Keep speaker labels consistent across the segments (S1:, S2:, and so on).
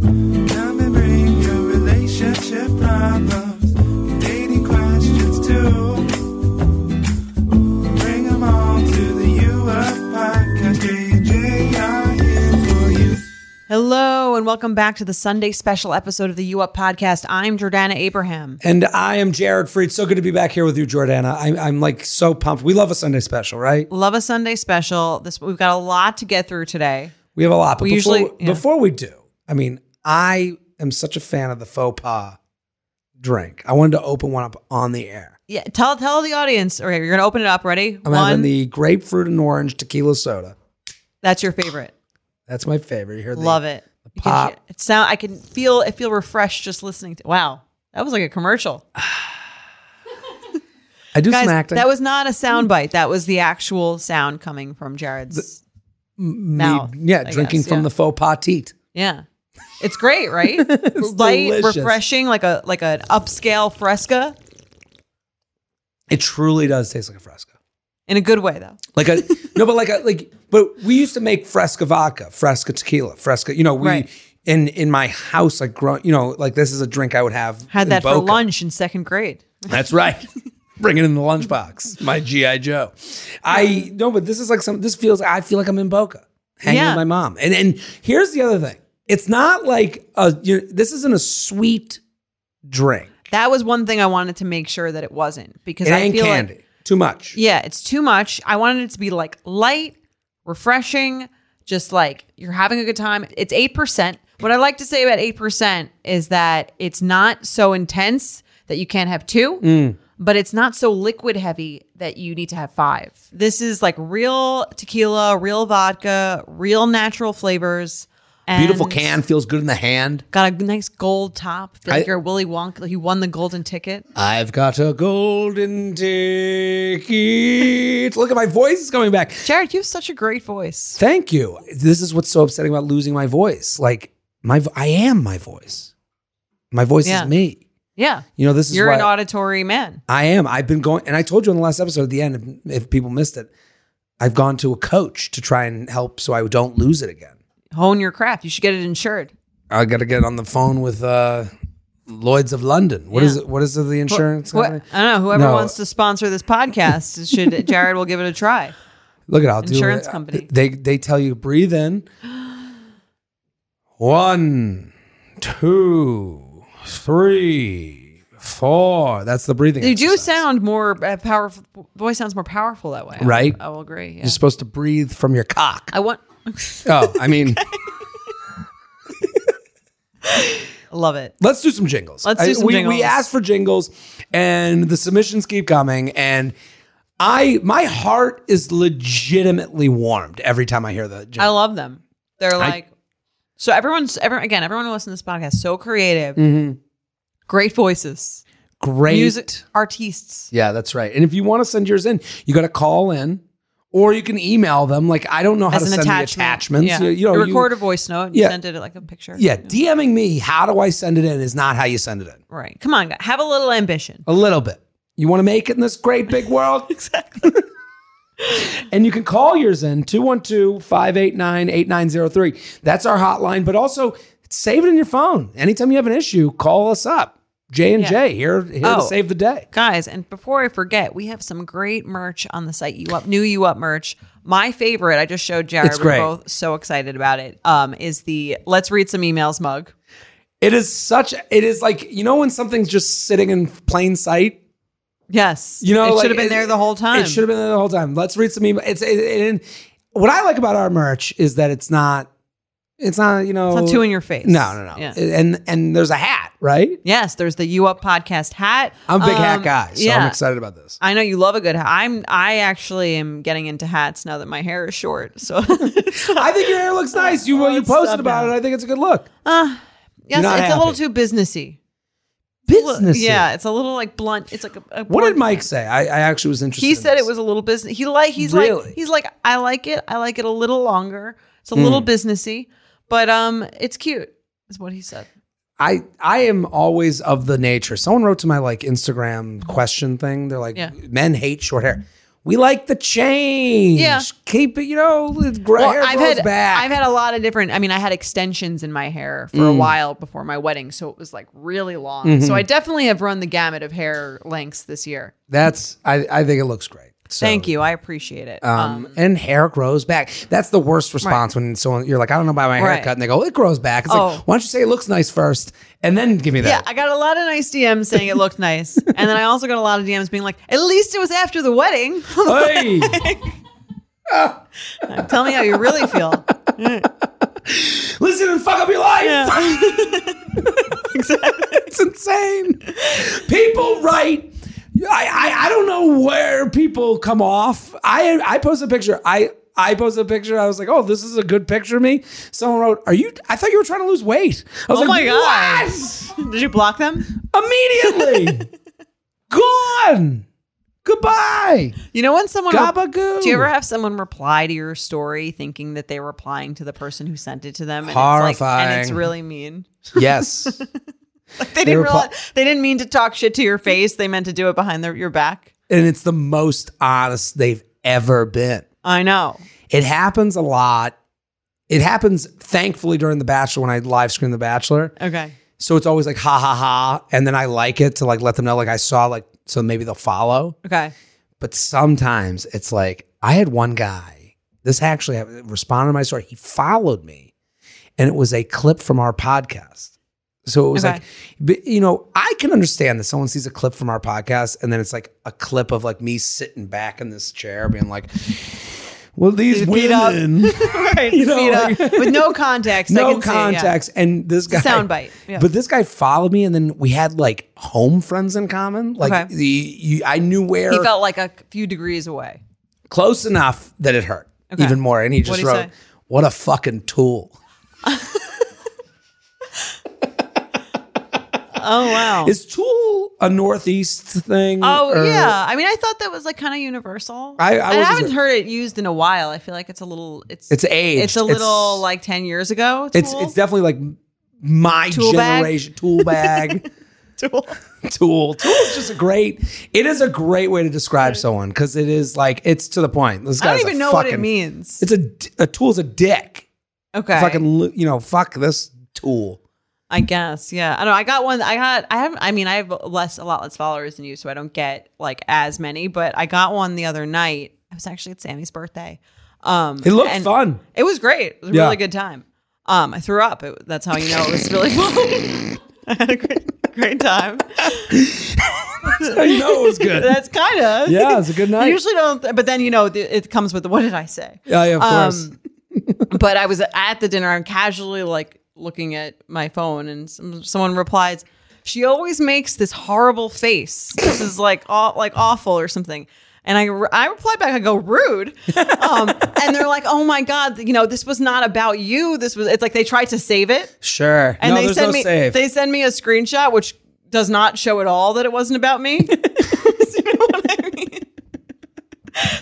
S1: Come and bring your relationship problems, your dating questions too. Bring 'em all to the U Up Podcast. JJ are here for you.
S2: Hello, and welcome back to the Sunday special episode of the U Up podcast. I'm Jordana Abraham.
S3: And I am Jared Fried. So good to be back here with you, Jordana. I'm, I'm like so pumped. We love a Sunday special, right?
S2: Love a Sunday special. This we've got a lot to get through today.
S3: We have a lot. But
S2: We
S3: before,
S2: usually- yeah.
S3: before we do, I mean, I am such a fan of the faux pas drink. I wanted to open one up on the air.
S2: Yeah, tell tell the audience. Okay, you're gonna open it up. Ready?
S3: I'm having the grapefruit and orange tequila soda.
S2: That's your favorite.
S3: That's my favorite. You hear the,
S2: Love it. You can
S3: pop.
S2: hear- it sound. I can feel. I feel refreshed just listening to. Wow, that was like a commercial.
S3: I do
S2: Guys,
S3: some acting.
S2: that was not a sound bite. That was the actual sound coming from Jared's
S3: Me-
S2: mouth.
S3: yeah,
S2: I
S3: drinking
S2: guess,
S3: from
S2: yeah.
S3: the faux pas teat.
S2: Yeah. It's great, right? Light,
S3: delicious.
S2: refreshing, like a like an upscale fresca
S3: It truly does taste like a fresco.
S2: in a good way, though.
S3: Like a no, but like a like. But we used to make fresca vodka, fresca tequila, fresca. You know, we
S2: Right.
S3: in in my house, like grown. You know, like this is a drink I would have.
S2: Had
S3: in
S2: that for
S3: Boca.
S2: lunch in second grade.
S3: That's right. Bring it in the lunchbox. My GI Joe. I no, but this is like some. This feels. I feel like I'm in Boca, hanging
S2: Yeah.
S3: with my mom. And and here's the other thing. It's not like a. You know, this isn't a sweet drink.
S2: That was one thing I wanted to make sure that it wasn't because
S3: It
S2: I
S3: ain't
S2: feel
S3: candy.
S2: like
S3: Too much.
S2: yeah, it's too much. I wanted it to be like light, refreshing, just like you're having a good time. It's eight percent. What I like to say about eight percent is that it's not so intense that you can't have two,
S3: Mm.
S2: but it's not so liquid heavy that you need to have five. This is like real tequila, real vodka, real natural flavors. And
S3: Beautiful can feels good in the hand.
S2: Got a nice gold top. Feel like
S3: I-
S2: you're Willy Wonka. Like you won the golden ticket.
S3: I've got a golden ticket. Look at my voice is coming back.
S2: Jared, you have such a great voice.
S3: Thank you. This is what's so upsetting about losing my voice. Like my, vo- I am my voice. My voice
S2: Yeah.
S3: is me.
S2: Yeah.
S3: You know, this is
S2: You're
S3: why
S2: an auditory man.
S3: I am. I've been going, and I told you in the last episode at the end, if, if people missed it, I've gone to a coach to try and help so I don't lose it again.
S2: Hone your craft. You should get it insured.
S3: I got to get on the phone with uh, Lloyd's of London. What is
S2: Yeah.
S3: it? What is it? The insurance
S2: Wh-
S3: company?
S2: I don't know. Whoever
S3: No.
S2: wants to sponsor this podcast should Jared will give it a try.
S3: Look at I'll do
S2: Insurance
S3: it.
S2: company.
S3: They they tell you breathe in. One, two, three, four. That's the breathing.
S2: You do
S3: exercise.
S2: sound more uh, powerful. Voice sounds more powerful that way. I will-
S3: Right?
S2: I will agree. Yeah.
S3: You're supposed to breathe from your cock.
S2: I want.
S3: Oh, I mean,
S2: love it.
S3: let's do some jingles.
S2: Let's do
S3: I-
S2: some
S3: we,
S2: jingles.
S3: We asked for jingles, and the submissions keep coming. And I, my heart is legitimately warmed every time I hear the. Jingle.
S2: I love them. They're like so everyone's every again everyone who listens to this podcast so creative,
S3: Mm-hmm.
S2: great voices,
S3: Great
S2: music artists.
S3: Yeah, that's right. And if you want to send yours in, you got to call in or you can email them. Like, I don't know how
S2: As
S3: to
S2: an
S3: send
S2: attachment,
S3: the attachments.
S2: yeah.
S3: You, you know,
S2: You
S3: you-
S2: record a voice note, and you
S3: Yeah.
S2: send it like a picture.
S3: yeah, DMing me, how do I send it in is not how you send it in.
S2: right. Come on, guys. have a little ambition.
S3: A little bit. You want to make it in this great big world? exactly. and you can call yours in 212 589 8903. That's our hotline, but also save it in your phone. Anytime you have an issue, call us up. J and J here, here
S2: Oh.
S3: to save the day.
S2: guys and before i forget we have some great merch on the site you up new you up merch my favorite i just showed jared
S3: It's
S2: we we're
S3: great.
S2: both so excited about it um is the let's read some emails mug
S3: It is such. It is like you know when something's just sitting in plain sight.
S2: yes
S3: You know,
S2: it
S3: like,
S2: should have been there the whole time
S3: It should have been there the whole time. Let's read some email. It's it, it- and what I like about our merch is that it's not. It's not, you know,
S2: It's not too in your face.
S3: No, no, no.
S2: Yeah.
S3: And and there's a hat, right?
S2: Yes, there's the You Up podcast hat.
S3: I'm a big
S2: Um,
S3: hat guy, so
S2: yeah.
S3: I'm excited about this.
S2: I know you love a good hat. I'm I actually am getting into hats now that my hair is short. So Uh, yes,
S3: I think your hair looks nice. You
S2: Oh,
S3: you
S2: it's
S3: posted
S2: not
S3: about
S2: bad.
S3: it. I think it's a good look.
S2: it's
S3: not
S2: a little
S3: happy.
S2: too businessy. Look,
S3: Business.
S2: Yeah, it's a little like blunt. It's like a, a
S3: What did
S2: blunt-
S3: Mike say? I, I actually was interested.
S2: He
S3: in
S2: said
S3: this.
S2: it was a little business. He like he's
S3: Really?
S2: like he's like I like it. I like it a little longer. It's a
S3: Hmm.
S2: little businessy, but um, it's cute. Is what he said.
S3: I I am always of the nature. Someone wrote to my like Instagram question thing. They're like,
S2: Yeah.
S3: men hate short hair. We like the change.
S2: Yeah.
S3: Keep it, you know, the gray hair
S2: I've
S3: grows
S2: had
S3: back. Hmm.
S2: I've had a lot of different. I mean, I had extensions in my hair for a while before my wedding, so it was like really long.
S3: Mm-hmm.
S2: So I definitely have run the gamut of hair lengths this year.
S3: That's I, I think it looks great. So,
S2: Thank you, I appreciate it.
S3: Um, and hair grows back. That's the worst response when someone you're like, I don't know about my
S2: Right.
S3: haircut, and they go, it grows back. It's
S2: Oh.
S3: like, why don't you say it looks nice first, and then give me
S2: yeah,
S3: that.
S2: I got a lot of nice DMs saying it looked nice, and then I also got a lot of DMs being like, "At least it was after the wedding."
S3: Hey!
S2: Tell me how you really feel.
S3: listen and fuck up your life.
S2: exactly.
S3: It's insane. People write. I, I I don't know where people come off. I I post a picture. I I posted a picture. I was like, oh, this is a good picture of me. Someone wrote, are you? I thought you were trying to lose weight. I was
S2: Oh
S3: like,
S2: my god!
S3: "What?"
S2: Did you block them?
S3: immediately. Gone. Goodbye.
S2: You know when someone
S3: Gabagoo.
S2: Do you ever have someone reply to your story thinking that they were replying to the person who sent it to them? And It's like, and it's
S3: Horrifying.
S2: really mean.
S3: Yes.
S2: Like they didn't
S3: reply-
S2: realize, they didn't mean to talk shit to your face. They meant to do it behind their, your back.
S3: and it's the most honest they've ever been.
S2: I know.
S3: It happens a lot. It happens thankfully during The Bachelor when I live stream The Bachelor.
S2: Okay.
S3: So it's always like ha ha ha. And then I like it to like let them know like I saw like so maybe they'll follow.
S2: Okay.
S3: But sometimes it's like I had one guy. This actually happened- responded to my story. He followed me, and it was a clip from our podcast. So it was
S2: Okay.
S3: like, but, you know, I can understand that someone sees a clip from our podcast, and then it's like a clip of like me sitting back in this chair, being like, "Well, these
S2: Feet up.
S3: women,
S2: right.
S3: You know,
S2: Feet
S3: like-
S2: up. With no context. I
S3: no
S2: can see it, yeah.
S3: context," and this guy
S2: It's a soundbite, yeah.
S3: But this guy followed me, and then we had like home friends in common. Like
S2: Okay.
S3: the, you, I knew where
S2: He felt like a few degrees away.
S3: close enough that it hurt
S2: Okay.
S3: even more. And he just
S2: What'd he
S3: wrote,
S2: say?
S3: "What a fucking tool."
S2: Oh wow.
S3: Is tool a Northeast thing?
S2: Oh
S3: or-
S2: yeah, I mean, I thought that was like kind of universal.
S3: er, I- I
S2: And
S3: wasn't
S2: haven't
S3: sure.
S2: heard it used in a while. I feel like it's a little. It's
S3: It's aged.
S2: It's a
S3: It's-
S2: little like ten years ago.
S3: it's
S2: tool.
S3: it's definitely like my
S2: Tool bag?
S3: generation tool bag.
S2: Tool.
S3: tool tool is just a great it is a great way to describe someone because it is like it's to the point this
S2: I
S3: guy's
S2: don't even
S3: a
S2: know what it
S3: fucking-
S2: means.
S3: it's a d- a tool's a dick
S2: okay.
S3: fucking lo- you know fuck this tool
S2: I guess, yeah. I don't know. I got one. I got. I haven't. I mean, I have less, a lot less followers than you, so I don't get like as many. But I got one the other night. I was actually at Sammy's birthday. Um,
S3: it looked
S2: and
S3: fun
S2: It was great. It was a
S3: Yeah.
S2: really good time. Um, I threw up. It, that's how you know it was really fun. I had a great, great time.
S3: I know it was good
S2: That's kind of
S3: yeah it was a good
S2: I
S3: night
S2: usually don't, but then you know th- it comes with the, what did I say?
S3: yeah, yeah of
S2: Um,
S3: course
S2: but I was at the dinner. I'm casually like looking at my phone, and some, someone replies, "She always makes this horrible face. This is like aw- like awful or something." And I, re- I replied back, I go, rude. Um, and they're like, oh my God, you know, this was not about you. This was, it's like they tried to save it.
S3: sure
S2: And
S3: no
S2: they
S3: there's
S2: send
S3: no
S2: me
S3: save
S2: they send me a screenshot which does not show at all that it wasn't about me. you know what I mean?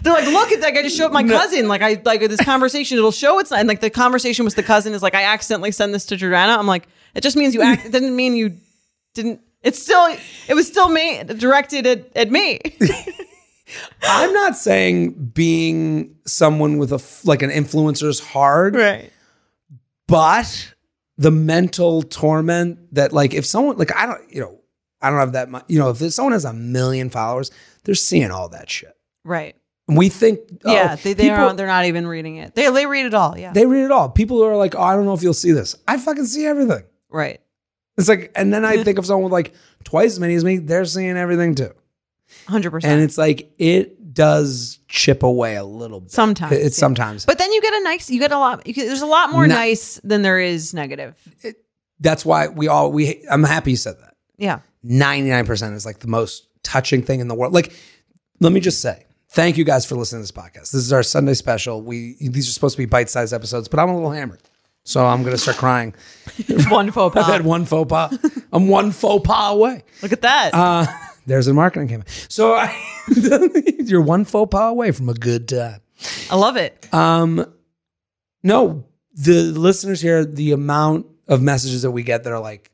S2: They're like, look at that. I just showed my cousin. Like I like this conversation. It'll show it's not. And like the conversation with the cousin is like, I accidentally send this to Jordana. I'm like, it just means you act. It didn't mean you didn't. It's still. It was still me directed at, at me.
S3: I'm not saying being someone with a f- like an influencer is hard,
S2: Right.
S3: but the mental torment that like if someone like I don't you know I don't have that much you know if someone has a million followers they're seeing all that shit
S2: Right.
S3: and we think oh,
S2: Yeah. They they
S3: people-
S2: are. They're not even reading it. They they read it all. Yeah.
S3: they read it all. People are like oh I don't know if you'll see this. I fucking see everything.
S2: right.
S3: It's like and then I think of someone with like twice as many as me. They're seeing everything too,
S2: Hundred percent.
S3: and it's like it does chip away a little bit.
S2: Sometimes,
S3: It- It's
S2: yeah.
S3: sometimes.
S2: But then you get a nice, you get a lot, you get, there's a lot more
S3: No.
S2: nice than there is negative.
S3: That's why we all we I'm happy you said that.
S2: Yeah.
S3: 99% is like the most touching thing in the world. Like, let me just say, thank you guys for listening to this podcast. This is our Sunday special. We these are supposed to be bite-sized episodes, but I'm a little hammered. So I'm gonna start crying.
S2: One faux
S3: I've
S2: pas.
S3: had one faux pas. I'm one faux pas away.
S2: Look at that.
S3: Uh, there's a marketing campaign. So I, you're one faux pas away from a good time.
S2: I love it.
S3: Um, no, the listeners here, the amount of messages that we get that are like,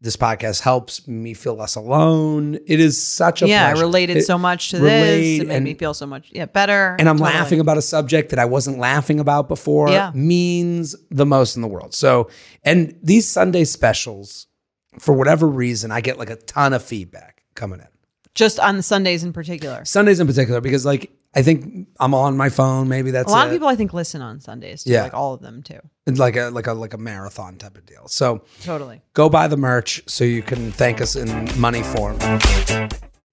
S3: this podcast helps me feel less alone. It is such a
S2: yeah, I
S3: pleasure.
S2: related
S3: It-
S2: so much to
S3: relate
S2: this. It made
S3: and-
S2: me feel so much yeah better.
S3: and I'm
S2: Totally.
S3: laughing about a subject that I wasn't laughing about before
S2: Yeah.
S3: means the most in the world. So, and these Sunday specials, for whatever reason, I get like a ton of feedback coming in.
S2: just on the Sundays in particular.
S3: Sundays in particular, because like I think I'm on my phone. Maybe that's
S2: A lot of
S3: it.
S2: people I think listen on Sundays. Too,
S3: Yeah.
S2: like all of them too.
S3: It's like a like a like a marathon type of deal. So
S2: Totally.
S3: go buy the merch so you can thank us in money form.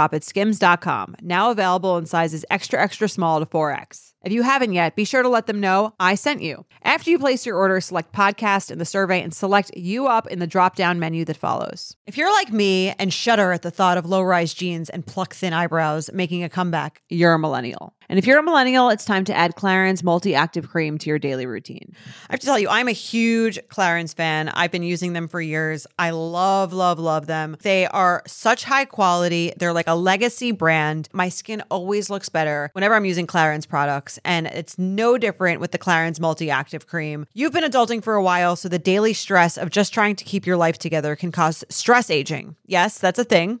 S2: at skims.com, now available in sizes extra, extra small to 4X. If you haven't yet, be sure to let them know I sent you. After you place your order, select podcast in the survey and select you up in the drop down menu that follows. If you're like me and shudder at the thought of low rise jeans and pluck thin eyebrows making a comeback, you're a millennial. And if you're a millennial, it's time to add Clarins Multi Active Cream to your daily routine. I have to tell you, I'm a huge Clarins fan. I've been using them for years. I love, love, love them. They are such high quality. They're like a legacy brand. My skin always looks better whenever I'm using Clarins products, and it's no different with the Clarins Multi Active Cream. You've been adulting for a while, so the daily stress of just trying to keep your life together can cause stress aging. Yes, that's a thing.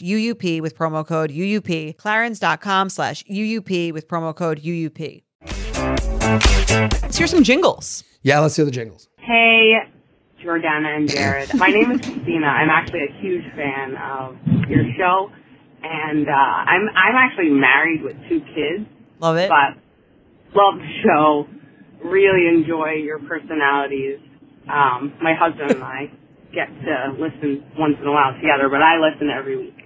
S2: UUP with promo code UUP, clarins.com slash UUP with promo code UUP. Let's hear some jingles.
S3: Yeah, let's hear the jingles.
S4: Hey, Jordana and Jared. My name is Christina. I'm actually a huge fan of your show, and uh, I'm I'm actually married with two kids,
S2: Love it.
S4: but love the show. Really enjoy your personalities. Um, my husband and I get to listen once in a while together, but I listen every week.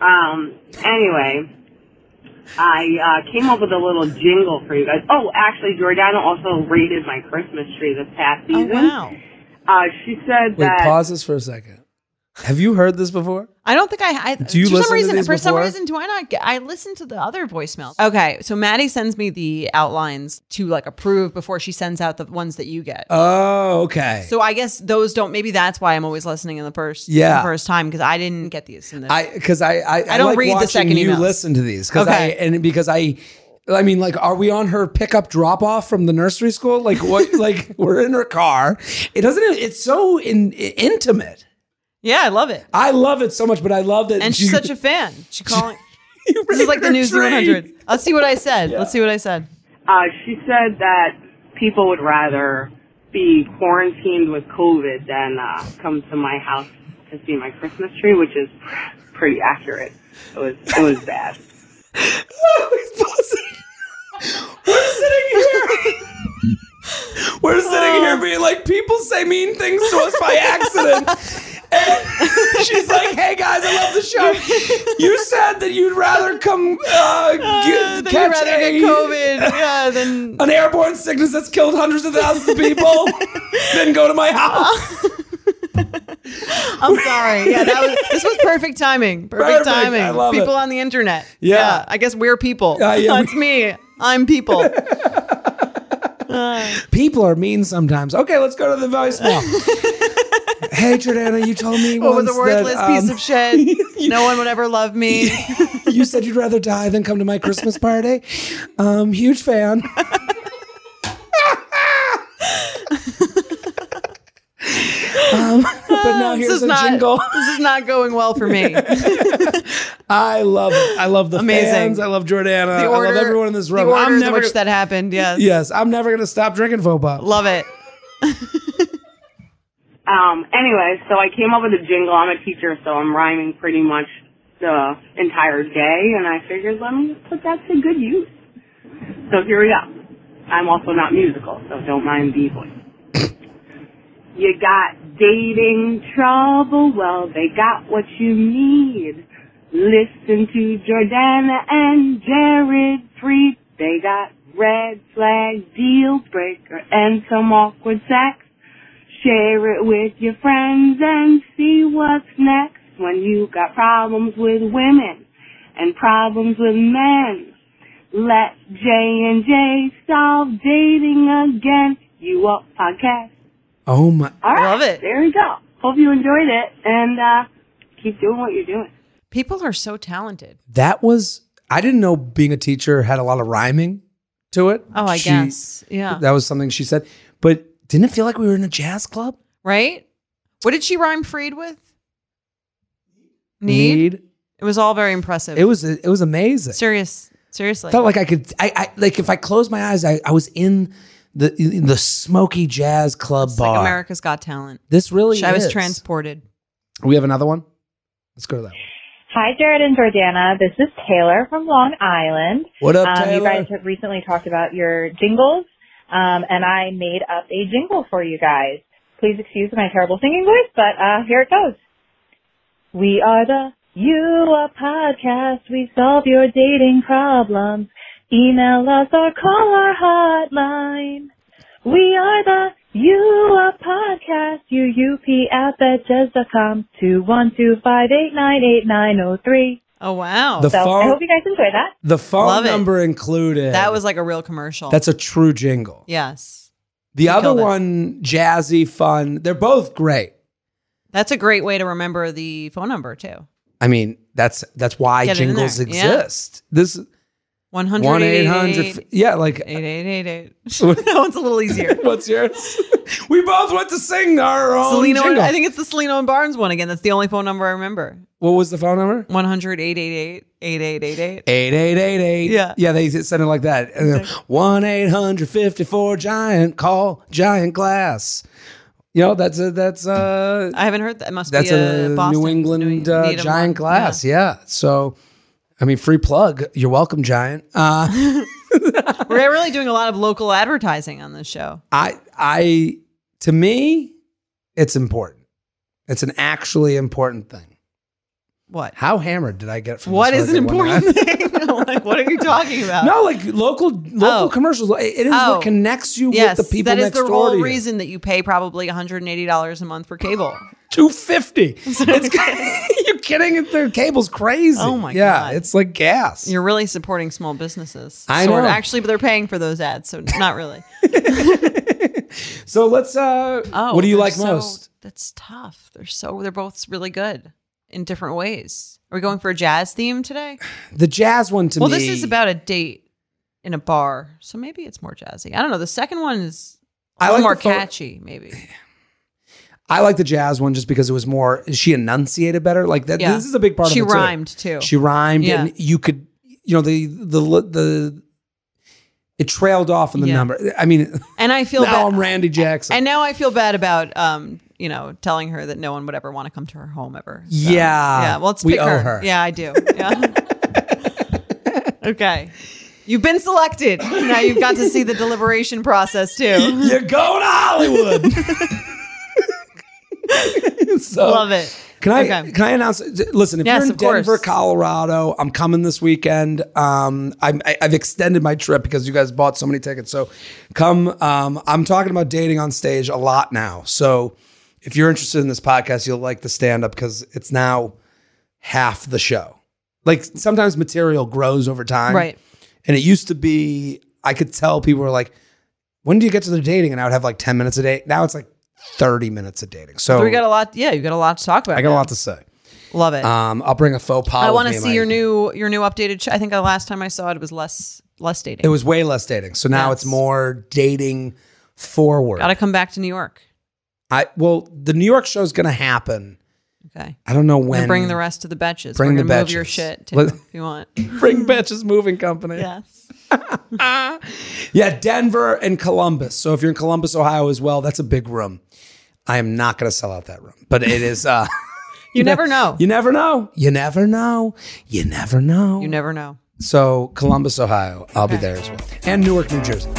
S4: Um, anyway, I uh, came up with a little jingle for you guys. Oh, actually, Jordana also rated my Christmas tree this past
S2: Oh,
S4: season.
S2: wow.
S4: Uh, she said
S3: Wait,
S4: that.
S3: pause this for a second. Have you heard this before?
S2: I don't think I. I do
S3: you
S2: for
S3: listen
S2: some
S3: to
S2: reason,
S3: these
S2: For some
S3: before?
S2: reason, do I not? Get, I listen to the other voicemails. Okay, so Maddie sends me the outlines to like approve before she sends out the ones that you get.
S3: Oh, okay.
S2: so I guess those don't. Maybe that's why I'm always listening in the first,
S3: Yeah.
S2: the first time because I didn't get these. In the,
S3: I because I I,
S2: don't
S3: like
S2: read the
S3: watching
S2: second
S3: You
S2: emails.
S3: listen to these because
S2: Okay.
S3: I and because I. I mean, like, are we on her pickup drop off from the nursery school? Like, what? like, we're in her car. It doesn't. It's so in, intimate.
S2: yeah, I love it,
S3: I love it so much, but I love that.
S2: and she's
S3: you-
S2: such a fan. She calling.
S3: you
S2: this is like the
S3: rated
S2: news
S3: her tree.
S2: 100. Let's see what I said. Let's see what I said.
S4: Uh, she said that people would rather be quarantined with COVID than uh, come to my house to see my Christmas tree, which is pretty accurate. It was it was bad.
S3: He's buzzing. We're sitting here. We're sitting
S2: Oh.
S3: here being like, people say mean things to us by accident. And she's like, hey guys, I love the show. You said that you'd rather come uh,
S2: Uh,
S3: get,
S2: then you'd
S3: catch
S2: rather
S3: a,
S2: get COVID. Yeah, then
S3: an airborne sickness that's killed hundreds of thousands of people than go to my house.
S2: I'm sorry. Yeah, that was this was perfect timing. Perfect,
S3: Perfect.
S2: timing.
S3: I love
S2: people
S3: it.
S2: on the internet.
S3: Yeah.
S2: I guess we're people.
S3: Yeah, yeah,
S2: That's me. I'm people.
S3: People are mean sometimes. Okay, let's go to the voicemail. hey, Jordana, you told me
S2: What was
S3: once
S2: a worthless
S3: that,
S2: piece
S3: um,
S2: of shit? no one would ever love me.
S3: you said you'd rather die than come to my Christmas party. Um, huge fan. um, but now
S2: this
S3: here's
S2: is
S3: a
S2: not.
S3: jingle.
S2: This is not going well for me.
S3: I love it. I love the
S2: Amazing.
S3: fans. I love Jordana.
S2: The order,
S3: I love everyone in this room.
S2: The order
S3: I'm
S2: in
S3: never.
S2: which that happened. Yes.
S3: yes, I'm never going to stop drinking Voba.
S2: Love it.
S4: Um, anyway, so I came up with a jingle. I'm a teacher, so I'm rhyming pretty much the entire day, and I figured let me put that to good use. So here we go. I'm also not musical, so don't mind the voice. You got dating trouble, well, they got what you need. Listen to Jordana and Jared Freed. They got red flag, deal breaker, and some awkward sex. Share it with your friends and see what's next when you got problems with women and problems with men. Let J and J solve dating again. You up podcast.
S3: Oh my.
S4: All right.
S2: Love it.
S4: There you go. Hope you enjoyed it and uh, keep doing what you're doing.
S2: People are so talented.
S3: That was. I didn't know being a teacher had a lot of rhyming to it.
S2: Oh, I
S3: She-
S2: guess. Yeah.
S3: That was something she said. But didn't it feel like we were in a jazz club?
S2: right. What did she rhyme freed with? Need. It was all very impressive.
S3: It was it was amazing.
S2: serious. Seriously.
S3: I felt like I could I, I like if I closed my eyes, I, I was in the in the smoky jazz club
S2: It's
S3: bar.
S2: like America's Got Talent.
S3: This really
S2: I was
S3: is.
S2: transported.
S3: We have another one. Let's go to that. One.
S5: Hi, Jared and Jordana. This is Taylor from Long Island.
S3: What up,
S5: Um, you
S3: Taylor?
S5: guys have recently talked about your jingles, um, and I made up a jingle for you guys. Please excuse my terrible singing voice, but uh, here it goes. We are the You Are Podcast. We solve your dating problems. Email us or call our hotline. We are the You Are Podcast, UUP app at jez.com, 212-589-8903.
S2: Oh wow.
S3: The
S5: So I
S3: phone
S5: hope you guys enjoy that.
S3: the
S2: Love
S3: phone
S2: it.
S3: number included.
S2: that was like a real commercial.
S3: that's a true jingle.
S2: yes.
S3: The other
S2: killed it.
S3: one, jazzy, fun. They're both great.
S2: That's a great way to remember the phone number too.
S3: I mean, that's that's why
S2: Get it in
S3: jingles
S2: there. Yeah.
S3: exist. This
S2: One hundred
S3: one eight hundred. Yeah, like
S2: eight eight eight eight. That one's a little easier.
S3: What's yours? we both went to sing our own
S2: Selena,
S3: Oh, jingle.
S2: I think it's the Selena and Barnes one again. That's the only phone number I remember.
S3: what was the phone number?
S2: 100 888 8888.
S3: Eight eight eight eight.
S2: Yeah.
S3: yeah. They said it like that. One eight hundred fifty four giant call giant glass. You know that's a that's a
S2: I haven't heard that. It must
S3: that's
S2: be
S3: a
S2: a, Boston,
S3: New England
S2: New-
S3: uh,
S2: Needham
S3: giant
S2: one.
S3: glass. Yeah. So, I mean, free plug. You're welcome, giant. Uh,
S2: Yeah. Uh-huh. We're really doing a lot of local advertising on this show.
S3: I I to me, it's important. It's an actually important thing.
S2: What?
S3: How hammered did I get from
S2: What
S3: this
S2: is an
S3: record one
S2: important
S3: night?
S2: thing? I'm like, what are you talking about?
S3: No, like local local
S2: Oh.
S3: commercials. It it is
S2: Oh.
S3: what connects you
S2: Yes,
S3: with the people
S2: that is
S3: next
S2: the
S3: door
S2: whole
S3: to you.
S2: reason that you pay probably $180 a month for cable.
S3: Two fifty. It's you kidding? The cable's crazy.
S2: Oh my
S3: yeah,
S2: God.
S3: it's like gas.
S2: You're really supporting small businesses.
S3: I
S2: Sort of.
S3: know.
S2: Actually, but they're paying for those ads, so not really.
S3: so let's. uh
S2: Oh,
S3: What do you
S2: they're
S3: like
S2: so-
S3: most?
S2: That's tough. They're so they're both really good in different ways. Are we going for a jazz theme today?
S3: The jazz one to
S2: well,
S3: me.
S2: this is about a date in a bar, so maybe it's more jazzy. I don't know. The second one is a
S3: I
S2: little
S3: like
S2: more
S3: the fo-
S2: catchy, maybe.
S3: I like the jazz one just because it was more. She enunciated better. Like that.
S2: Yeah.
S3: This is a big part
S2: She
S3: of it. too.
S2: rhymed too.
S3: She rhymed,
S2: Yeah.
S3: and you could, you know, the the the It trailed off in the
S2: Yeah.
S3: number. I mean,
S2: And I feel
S3: now
S2: bad.
S3: I'm Randy Jackson.
S2: and now I feel bad about um, you know, telling her that no one would ever want to come to her home ever. So,
S3: yeah.
S2: Yeah. Well, let's
S3: we
S2: pick
S3: owe
S2: her.
S3: her.
S2: Yeah, I do. Yeah. okay. You've been selected. Now you've got to see the deliberation process too.
S3: You're going to Hollywood. so,
S2: Love it.
S3: Can I
S2: Okay.
S3: can I announce? Listen, if
S2: Yes,
S3: you're in
S2: of course.
S3: Denver, Colorado, I'm coming this weekend. Um, I'm, I, I've extended my trip because you guys bought so many tickets. So come. Um, I'm talking about dating on stage a lot now. So if you're interested in this podcast, you'll like the stand up because it's now half the show. Like sometimes material grows over time,
S2: Right.
S3: And it used to be I could tell people were like, "When do you get to the dating?" And I would have like 10 minutes a day. Now it's like 30 minutes of dating. So
S2: We got a lot. Yeah, you got a lot to talk about.
S3: I got a
S2: now.
S3: lot to say.
S2: Love it.
S3: Um, I'll bring a faux pas.
S2: I
S3: with
S2: want to
S3: me in
S2: see
S3: my-
S2: your new your new updated. Ch- I think the last time I saw it, it was less less dating.
S3: It was way less dating, so now
S2: Yes.
S3: it's more dating forward.
S2: got to come back to New York.
S3: I well, the New York show's going to happen.
S2: Okay.
S3: I don't know when.
S2: and bring the rest of the betches.
S3: Bring
S2: We're
S3: the
S2: gonna move your
S3: betches.
S2: shit too,
S3: Let-
S2: if you want.
S3: Bring Betches Moving Company.
S2: yes.
S3: Yeah, Denver and Columbus. So if you're in Columbus, Ohio as well, that's a big room. I am not going to sell out that room, but it is. Uh,
S2: You never know.
S3: you never know. You never know. You never know.
S2: You never know.
S3: so Columbus, Ohio. I'll be there as well, and Newark, New Jersey.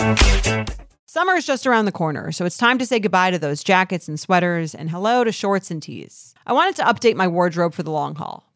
S2: Summer is just around the corner, so it's time to say goodbye to those jackets and sweaters and hello to shorts and tees. I wanted to update my wardrobe for the long haul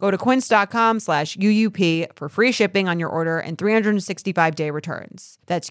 S2: Go to quince.com slash UUP for free shipping on your order and 365 day returns. That's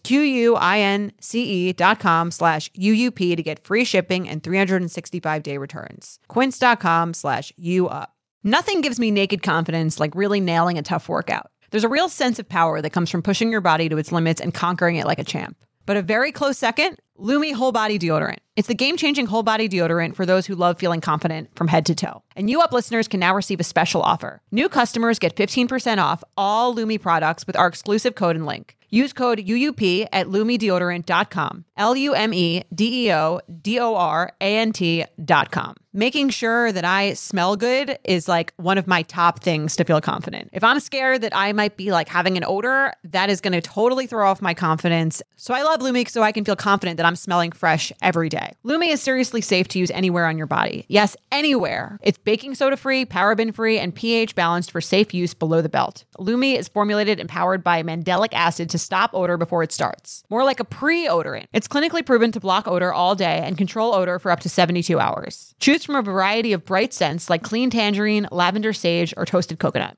S2: Q-U-I-N-C-E E dot com slash UUP to get free shipping and 365 day returns. Quince.com slash UUP. Nothing gives me naked confidence like really nailing a tough workout. There's a real sense of power that comes from pushing your body to its limits and conquering it like a champ. But a very close second, Lumi Whole Body Deodorant. It's the game changing whole body deodorant for those who love feeling confident from head to toe. And you up listeners can now receive a special offer. New customers get 15% off all Lumi products with our exclusive code and link. Use code UUP at lumideodorant.com. L U M E D E O D O R A N T.com. Making sure that I smell good is like one of my top things to feel confident. If I'm scared that I might be like having an odor, that is going to totally throw off my confidence. So I love Lumi so I can feel confident that I'm smelling fresh every day. Lumi is seriously safe to use anywhere on your body. Yes, anywhere. It's baking soda free, paraben free, and pH balanced for safe use below the belt. Lumi is formulated and powered by mandelic acid to stop odor before it starts. More like a pre-odorant. It's clinically proven to block odor all day and control odor for up to 72 hours. Choose from a variety of bright scents like clean tangerine, lavender sage, or toasted coconut.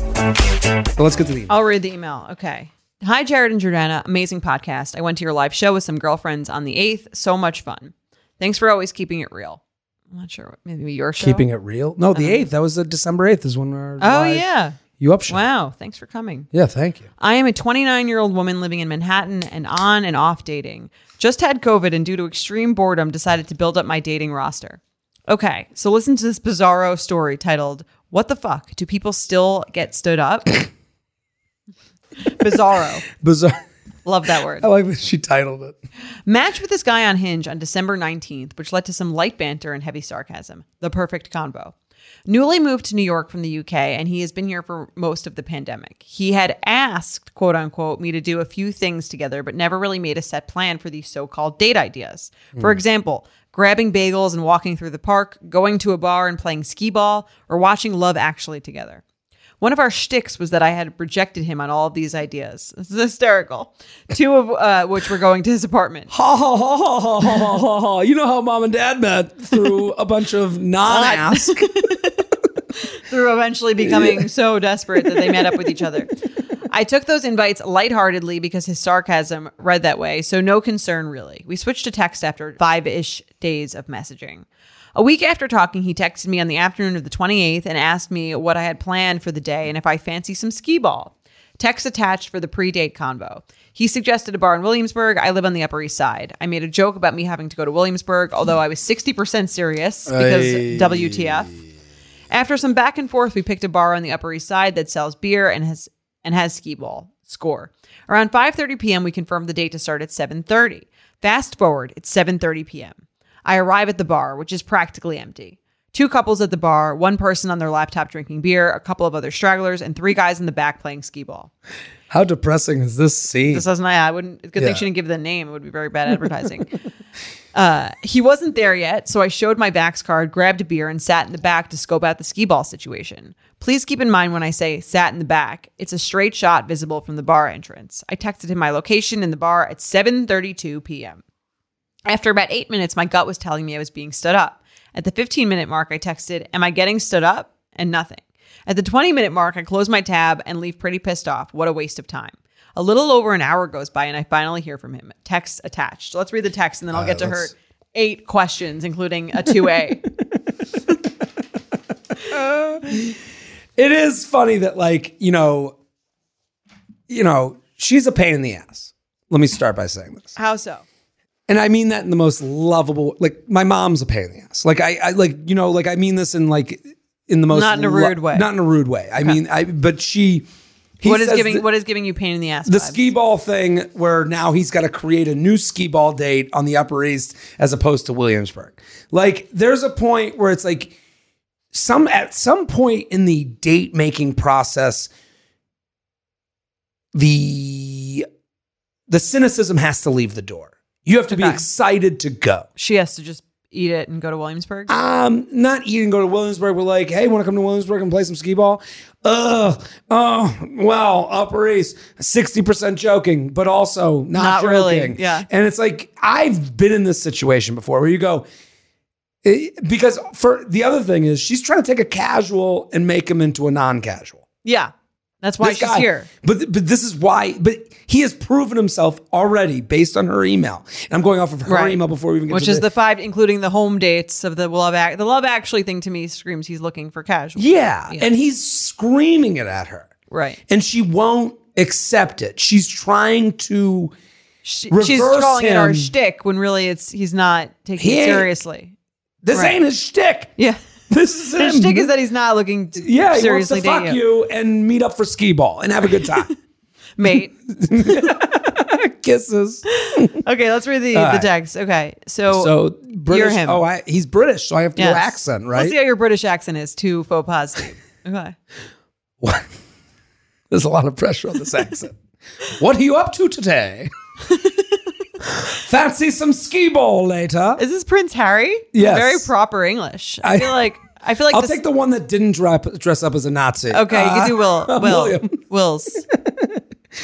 S3: So let's get to the email.
S2: I'll read the email. Okay. Hi, Jared and Jordana. Amazing podcast. I went to your live show with some girlfriends on the 8th. So much fun. Thanks for always keeping it real. I'm not sure. what- Maybe your show.
S3: Keeping it real. No, the eighth. That was uh, December eighth. Is when our
S2: Oh,
S3: live
S2: yeah.
S3: you up. Wow.
S2: Wow. Thanks for coming.
S3: Yeah, thank you.
S2: I am a 29 year old woman living in Manhattan and on and off dating. Just had COVID and due to extreme boredom, decided to build up my dating roster. Okay, so listen to this bizarro story titled, What the Fuck? Do People Still Get Stood Up? bizarro.
S3: Bizarre.
S2: Love that word.
S3: I like that she titled it.
S2: Matched with this guy on Hinge on December 19th, which led to some light banter and heavy sarcasm. The perfect combo. Newly moved to New York from the UK, and he has been here for most of the pandemic. He had asked, quote unquote, me to do a few things together, but never really made a set plan for these so called date ideas. For example, grabbing bagels and walking through the park, going to a bar and playing skee ball, or watching Love Actually together. One of our shticks was that I had rejected him on all of these ideas. This is hysterical. Two of uh, which were going to his apartment.
S3: Ha ha ha ha ha ha ha ha ha. You know how mom and dad met through a bunch of non-ask.
S2: through eventually becoming so desperate that they met up with each other. I took those invites lightheartedly because his sarcasm read that way, so no concern really. We switched to text after five ish days of messaging. A week after talking, he texted me on the afternoon of the 28th and asked me what I had planned for the day and if I fancy some skee ball. Text attached for the pre date convo. He suggested a bar in Williamsburg. I live on the Upper East Side. I made a joke about me having to go to Williamsburg, although I was 60% serious because WTF. After some back and forth, we picked a bar on the Upper East Side that sells beer and has and has skee ball. Score. Around 5:30 p.m., we confirmed the date to start at 7:30. Fast forward, it's 7:30 p.m. I arrive at the bar, which is practically empty. Two couples at the bar, one person on their laptop drinking beer, a couple of other stragglers, and three guys in the back playing skee ball.
S3: How depressing is this scene?
S2: This doesn't. I wouldn't. It's a good
S3: Yeah.
S2: thing she didn't give the name. It would be very bad advertising. uh, he wasn't there yet, so I showed my Vax card, grabbed a beer, and sat in the back to scope out the skee ball situation. Please keep in mind when I say sat in the back, it's a straight shot visible from the bar entrance. I texted him my location in the bar at 7:32 p.m. After about eight minutes, my gut was telling me I was being stood up. At the 15 minute mark, I texted, Am I getting stood up? And nothing. At the 20 minute mark, I close my tab and leave pretty pissed off. What a waste of time. A little over an hour goes by and I finally hear from him. Text attached. So let's read the text and then I'll get to her
S3: let's-
S2: eight questions, including a 2A.
S3: It is funny that like, you know, you know, she's a pain in the ass. Let me start by saying this.
S2: How so?
S3: and I mean that in the most lovable. Like my mom's a pain in the ass. Like I, I like you know, like I mean this in like in the most
S2: Not in a rude way.
S3: Not in a rude way. I mean, I but she. he
S2: What is
S3: says
S2: giving
S3: that
S2: what is giving you pain in the ass?
S3: the
S2: vibes?
S3: skee ball thing, where now he's got to create a new skee ball date on the Upper East as opposed to Williamsburg. Like there's a point where it's like some at some point in the date making process, the the cynicism has to leave the door. You have to be
S2: Okay.
S3: excited to go.
S2: she has to just eat it and go to Williamsburg.
S3: Um, not even go to Williamsburg. We're like, hey, want to come to Williamsburg and play some skee ball? Ugh. Oh, well, Upper East, 60% joking, but also
S2: Not
S3: not,
S2: really,
S3: joking.
S2: yeah.
S3: And it's like, I've been in this situation before where you go, eh, because for the other thing is she's trying to take a casual and make him into a non casual.
S2: yeah. That's why she's here.
S3: But, but this is why, but he has proven himself already based on her email. And I'm going off of her
S2: Right.
S3: email before we even get
S2: Which
S3: to
S2: is the five, including the home dates of the love act. The love actually thing to me screams he's looking for casual.
S3: Yeah.
S2: Yeah.
S3: And he's screaming it at her.
S2: Right.
S3: And she won't accept it. She's trying to
S2: She, she's
S3: Reverse
S2: calling it our
S3: him.
S2: shtick when really it's he's not taking
S3: He
S2: it
S3: ain't-
S2: seriously.
S3: this
S2: Right.
S3: ain't his shtick.
S2: Yeah.
S3: This is him.
S2: His shtick is that he's not looking to
S3: yeah, he
S2: seriously
S3: wants
S2: date
S3: to fuck
S2: you.
S3: you and meet up for skee ball and have a good time.
S2: mate.
S3: Kisses.
S2: Okay, let's read the, the
S3: right.
S2: text. Okay, so
S3: So British.
S2: him.
S3: Oh, I, he's British, so I have to
S2: yes.
S3: do accent,
S2: Let's
S3: right?
S2: see how your British accent is. Two faux positive. Okay,
S3: What? There's a lot of pressure on this accent. what are you up to today? Fancy some skee ball later.
S2: is this Prince Harry?
S3: Yes.
S2: very proper English. I,
S3: I-
S2: feel like I feel like
S3: I'll
S2: this,
S3: take the one that didn't drap- dress up as a Nazi.
S2: Okay, you
S3: Uh,
S2: can do Will. Will
S3: William.
S2: Wills.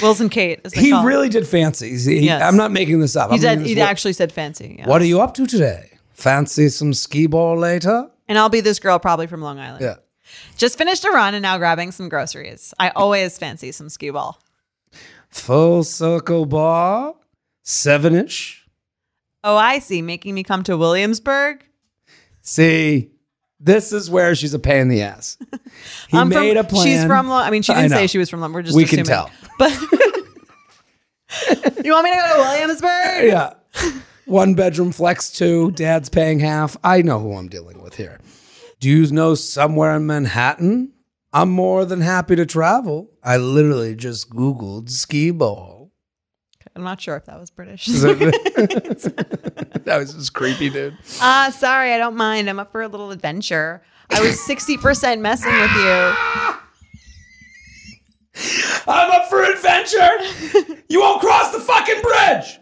S2: Wills and Kate. As they
S3: He
S2: call him.
S3: really did fancy. He- he-
S2: Yes.
S3: I'm not making this up.
S2: He
S3: I'm
S2: said
S3: reading this
S2: he
S3: word.
S2: actually said fancy. Yeah.
S3: What are you up to today? Fancy some skee ball later?
S2: And I'll be this girl probably from Long Island.
S3: Yeah.
S2: Just finished a run and now grabbing some groceries. I always fancy some skee ball.
S3: Full circle bar? Seven ish?
S2: Oh, I see. Making me come to Williamsburg.
S3: See, this is where she's a pain in the ass. He
S2: I'm
S3: made
S2: from,
S3: a plan.
S2: She's from Long. I mean, she
S3: I
S2: didn't
S3: know.
S2: say she was from Long. We're just
S3: We can
S2: assuming.
S3: tell.
S2: But you want me to go to Williamsburg?
S3: Yeah. One bedroom flex two, dad's paying half. I know who I'm dealing with here. Do you know somewhere in Manhattan? I'm more than happy to travel. I literally just Googled skee ball.
S2: I'm not sure if that was British.
S3: that was just creepy, dude.
S2: Ah, sorry, I don't mind. I'm up for a little adventure. I was 60% messing with you.
S3: I'm up for adventure. You won't cross the fucking bridge.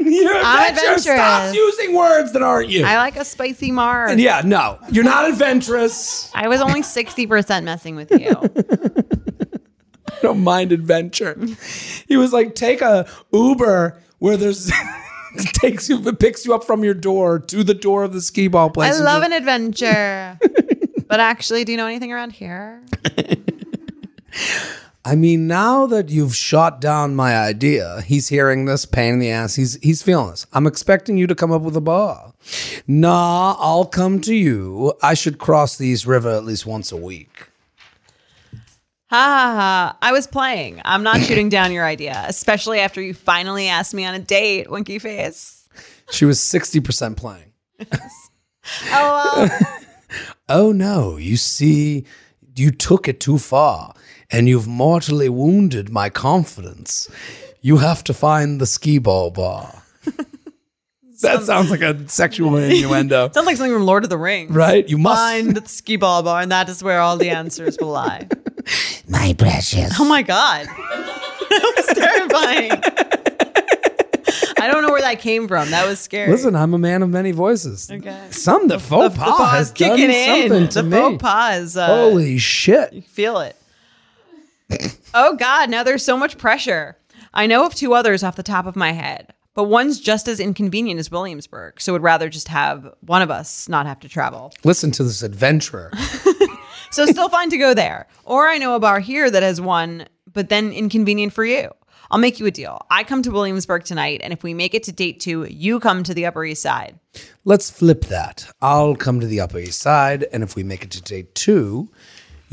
S3: Your
S2: I'm
S3: adventure stops
S2: adventurous.
S3: using words that aren't you.
S2: I like a spicy mark.
S3: And yeah, no, you're not adventurous.
S2: I was only 60% messing with you.
S3: I don't mind adventure. He was like, take a Uber where there's takes you picks you up from your door to the door of the skee ball
S2: I
S3: place.
S2: love an adventure. but actually, do you know anything around here?
S3: I mean, now that you've shot down my idea, he's hearing this pain in the ass. He's he's feeling this. I'm expecting you to come up with a bar. Nah, I'll come to you. I should cross these river at least once a week.
S2: Ha ha ha. I was playing. I'm not shooting down your idea, especially after you finally asked me on a date, winky face.
S3: She was sixty percent playing.
S2: Oh, well.
S3: Oh no, you see, you took it too far, and you've mortally wounded my confidence. You have to find the skee ball bar. that sounds like a sexual innuendo,
S2: sounds like something from Lord of the Rings.
S3: right? You must.
S2: Find the ski ball bar, and that is where all the answers will lie.
S3: My precious.
S2: Oh my god, that was terrifying. I don't know where that came from. That was scary.
S3: Listen, I'm a man of many voices.
S2: Okay.
S3: Some the faux pas has done
S2: kicking in.
S3: something
S2: the
S3: to me.
S2: faux pas. Uh,
S3: Holy shit!
S2: Feel it. oh God, now there's so much pressure. I know of two others off the top of my head, but one's just as inconvenient as Williamsburg, so would rather just have one of us not have to travel.
S3: Listen to this adventurer.
S2: So still fine to go there. Or I know a bar here that has one, but then inconvenient for you. I'll make you a deal. I come to Williamsburg tonight, and if we make it to date two, you come to the Upper East Side.
S3: Let's flip that. I'll come to the Upper East Side, and if we make it to day two,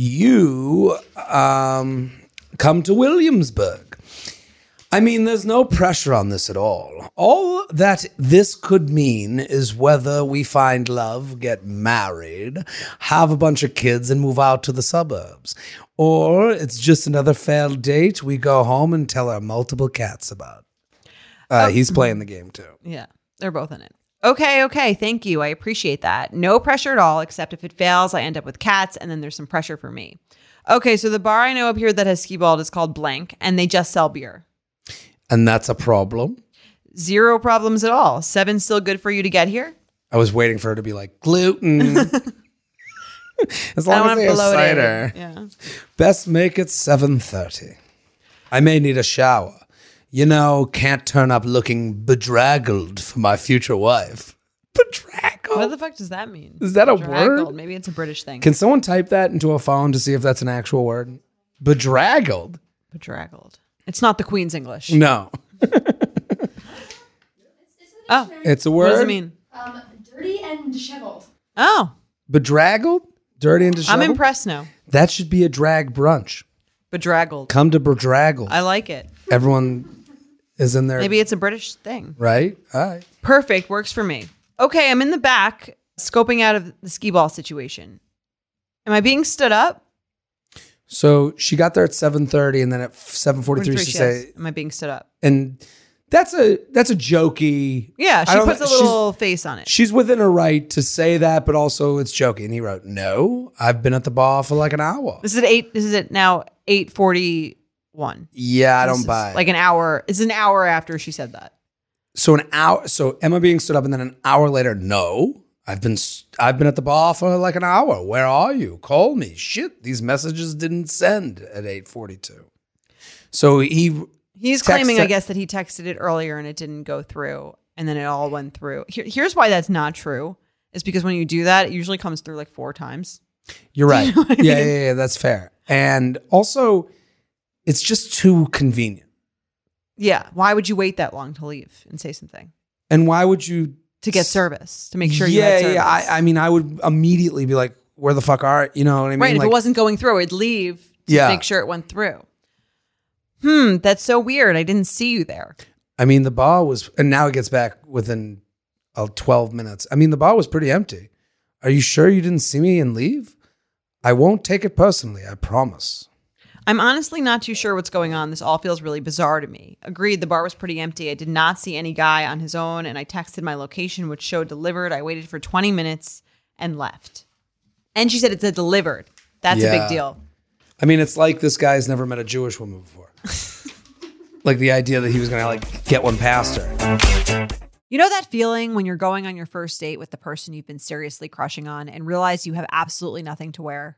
S3: you um, come to Williamsburg. I mean, there's no pressure on this at all. All that this could mean is whether we find love, get married, have a bunch of kids, and move out to the suburbs. Or it's just another failed date we go home and tell our multiple cats about. Uh, He's playing the game too.
S2: Yeah, they're both in it. Okay, okay, thank you. I appreciate that. No pressure at all, except if it fails, I end up with cats, and then there's some pressure for me. Okay, so the bar I know up here that has skee balled is called Blank, and they just sell beer.
S3: And that's a problem.
S2: Zero problems at all. Seven's still good for you to get here.
S3: I was waiting for her to be like gluten. as
S2: I
S3: long as
S2: wanna
S3: they have
S2: bloat it.
S3: cider,
S2: Yeah.
S3: best make it seven thirty. I may need a shower. You know, can't turn up looking bedraggled for my future wife. Bedraggled.
S2: What the fuck does that mean?
S3: Is that a
S2: Bedraggled.
S3: word?
S2: Maybe it's a British thing.
S3: Can someone type that into a phone to see if that's an actual word? Bedraggled.
S2: Bedraggled. It's not the Queen's English.
S3: No,
S2: Oh,
S3: it's a word.
S2: what does it mean?
S6: Um, dirty and disheveled.
S2: Oh,
S3: Bedraggled, dirty and
S2: I'm
S3: disheveled.
S2: impressed now.
S3: That should be a drag brunch.
S2: Bedraggled.
S3: Come to bedraggled.
S2: I like it.
S3: Everyone is in there,
S2: Maybe it's a British thing.
S3: right? All right.
S2: Perfect. Works for me. Okay, I'm in the back scoping out of the skee ball situation. Am I being stood up?
S3: So she got there at seven thirty, and then at seven forty three, she
S2: she
S3: said,
S2: asks, Am I being stood up?
S3: and that's a that's a jokey.
S2: Yeah,
S3: I
S2: she
S3: don't
S2: puts a
S3: know-
S2: little face on it.
S3: She's, she's within her right to say that, but also it's jokey. And he wrote, "No, I've been at the bar for like an hour.
S2: This is at eight. This is at now eight forty one.
S3: yeah, I don't buy." it.
S2: Like an hour. It's an hour after she said that.
S3: so an hour. So Emma being stood up, and then an hour later, no. I've been s- I've been at the bar for like an hour. Where are you? Call me. Shit, these messages didn't send at eight forty two. So he
S2: He's
S3: Text
S2: claiming,
S3: it-
S2: I guess, that he texted it earlier and it didn't go through, and then it all went through. Here, here's why that's not true: is because when you do that, it usually comes through like four times.
S3: You're right. yeah, yeah, yeah, that's fair. And also, it's just too convenient.
S2: Yeah. Why would you wait that long to leave and say something
S3: And why would you
S2: to get service to make sure you
S3: Yeah,
S2: had service?
S3: yeah. I, I mean, I would immediately be like, "Where the fuck are you?" Know what I mean?
S2: right. if
S3: Like,
S2: it wasn't going through, I'd leave to
S3: Yeah.
S2: make sure it went through. Hmm. That's so weird. I didn't see you there.
S3: I mean, the bar was, and now it gets back within uh, twelve minutes. I mean, the bar was pretty empty. Are you sure you didn't see me and leave? I won't take it personally. I promise.
S2: I'm honestly not too sure what's going on. This all feels really bizarre to me. Agreed, the bar was pretty empty. I did not see any guy on his own, and I texted my location, which showed delivered. I waited for 20 minutes and left. And she said it said delivered. That's a
S3: Yeah.
S2: big deal.
S3: I mean, it's like this guy's never met a Jewish woman before. like the idea that he was going to like get one past her.
S2: You know that feeling when you're going on your first date with the person you've been seriously crushing on and realize you have absolutely nothing to wear?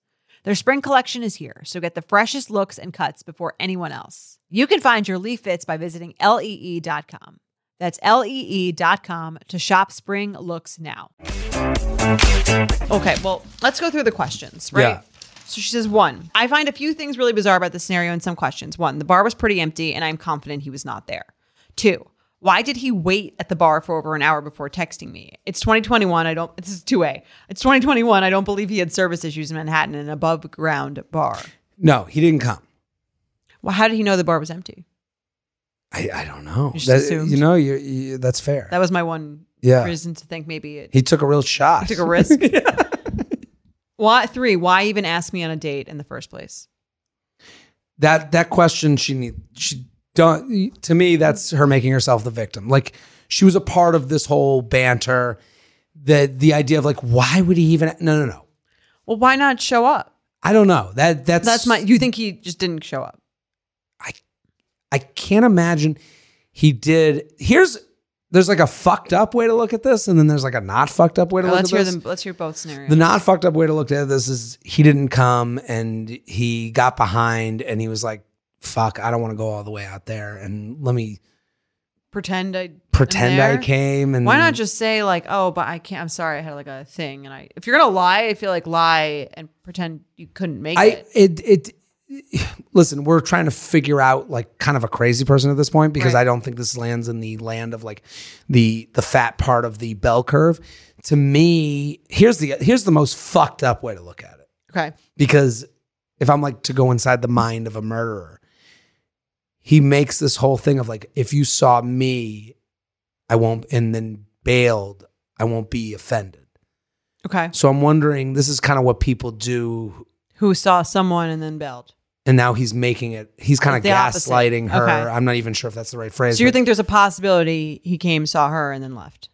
S2: Their spring collection is here, so get the freshest looks and cuts before anyone else. You can find your Lee fits by visiting E lee.com. That's E lee.com to shop spring looks now. Okay, well, let's go through the questions, right?
S3: Yeah.
S2: So she says, one, I find a few things really bizarre about the scenario and some questions. One, the bar was pretty empty and I'm confident he was not there. Two, why did he wait at the bar for over an hour before texting me? It's 2021. I don't, this is 2A. It's 2021. I don't believe he had service issues in Manhattan in an above ground bar.
S3: No, he didn't come.
S2: Well, how did he know the bar was empty?
S3: I, I don't know.
S2: You just
S3: That-
S2: assumed.
S3: you know, you, you, that's fair.
S2: That was my one
S3: Yeah.
S2: reason to think maybe it
S3: he took a real shot.
S2: took a risk. Why three? Why even ask me on a date in the first place?
S3: that that question she need she don't to me that's her making herself the victim like she was a part of this whole banter the the idea of like why would he even no no no
S2: Well, why not show up?
S3: i don't know that that's
S2: That's my. You think he just didn't show up?
S3: i can't imagine he did here's there's like a fucked up way to look at this and then there's like a not fucked up way to
S2: Well, let's
S3: look at
S2: hear
S3: this
S2: them. Let's hear both scenarios.
S3: the not fucked up way to look at this is he didn't come and he got behind and he was like fuck i don't want to go all the way out there and let me
S2: pretend I
S3: pretend
S2: am
S3: i
S2: there?
S3: came and
S2: Why not just say like, oh, but I can't. I'm sorry, I had like a thing, and I. If you're gonna lie, I feel like lie and pretend you couldn't make
S3: I
S2: it.
S3: it it listen, we're trying to figure out like kind of a crazy person at this point because
S2: Right.
S3: I don't think this lands in the land of like the the fat part of the bell curve. To me, here's the here's the most fucked up way to look at it.
S2: Okay.
S3: Because if I'm like to go inside the mind of a murderer, he makes this whole thing of like if you saw me, I won't and then bailed, I won't be offended.
S2: Okay.
S3: So I'm wondering this is kind of what people do
S2: Who saw someone and then bailed?
S3: and now he's making it he's kind of
S2: It's the opposite.
S3: gaslighting her
S2: Okay.
S3: i'm not even sure if that's the right phrase
S2: So you
S3: but
S2: think there's a possibility he came, saw her, and then left?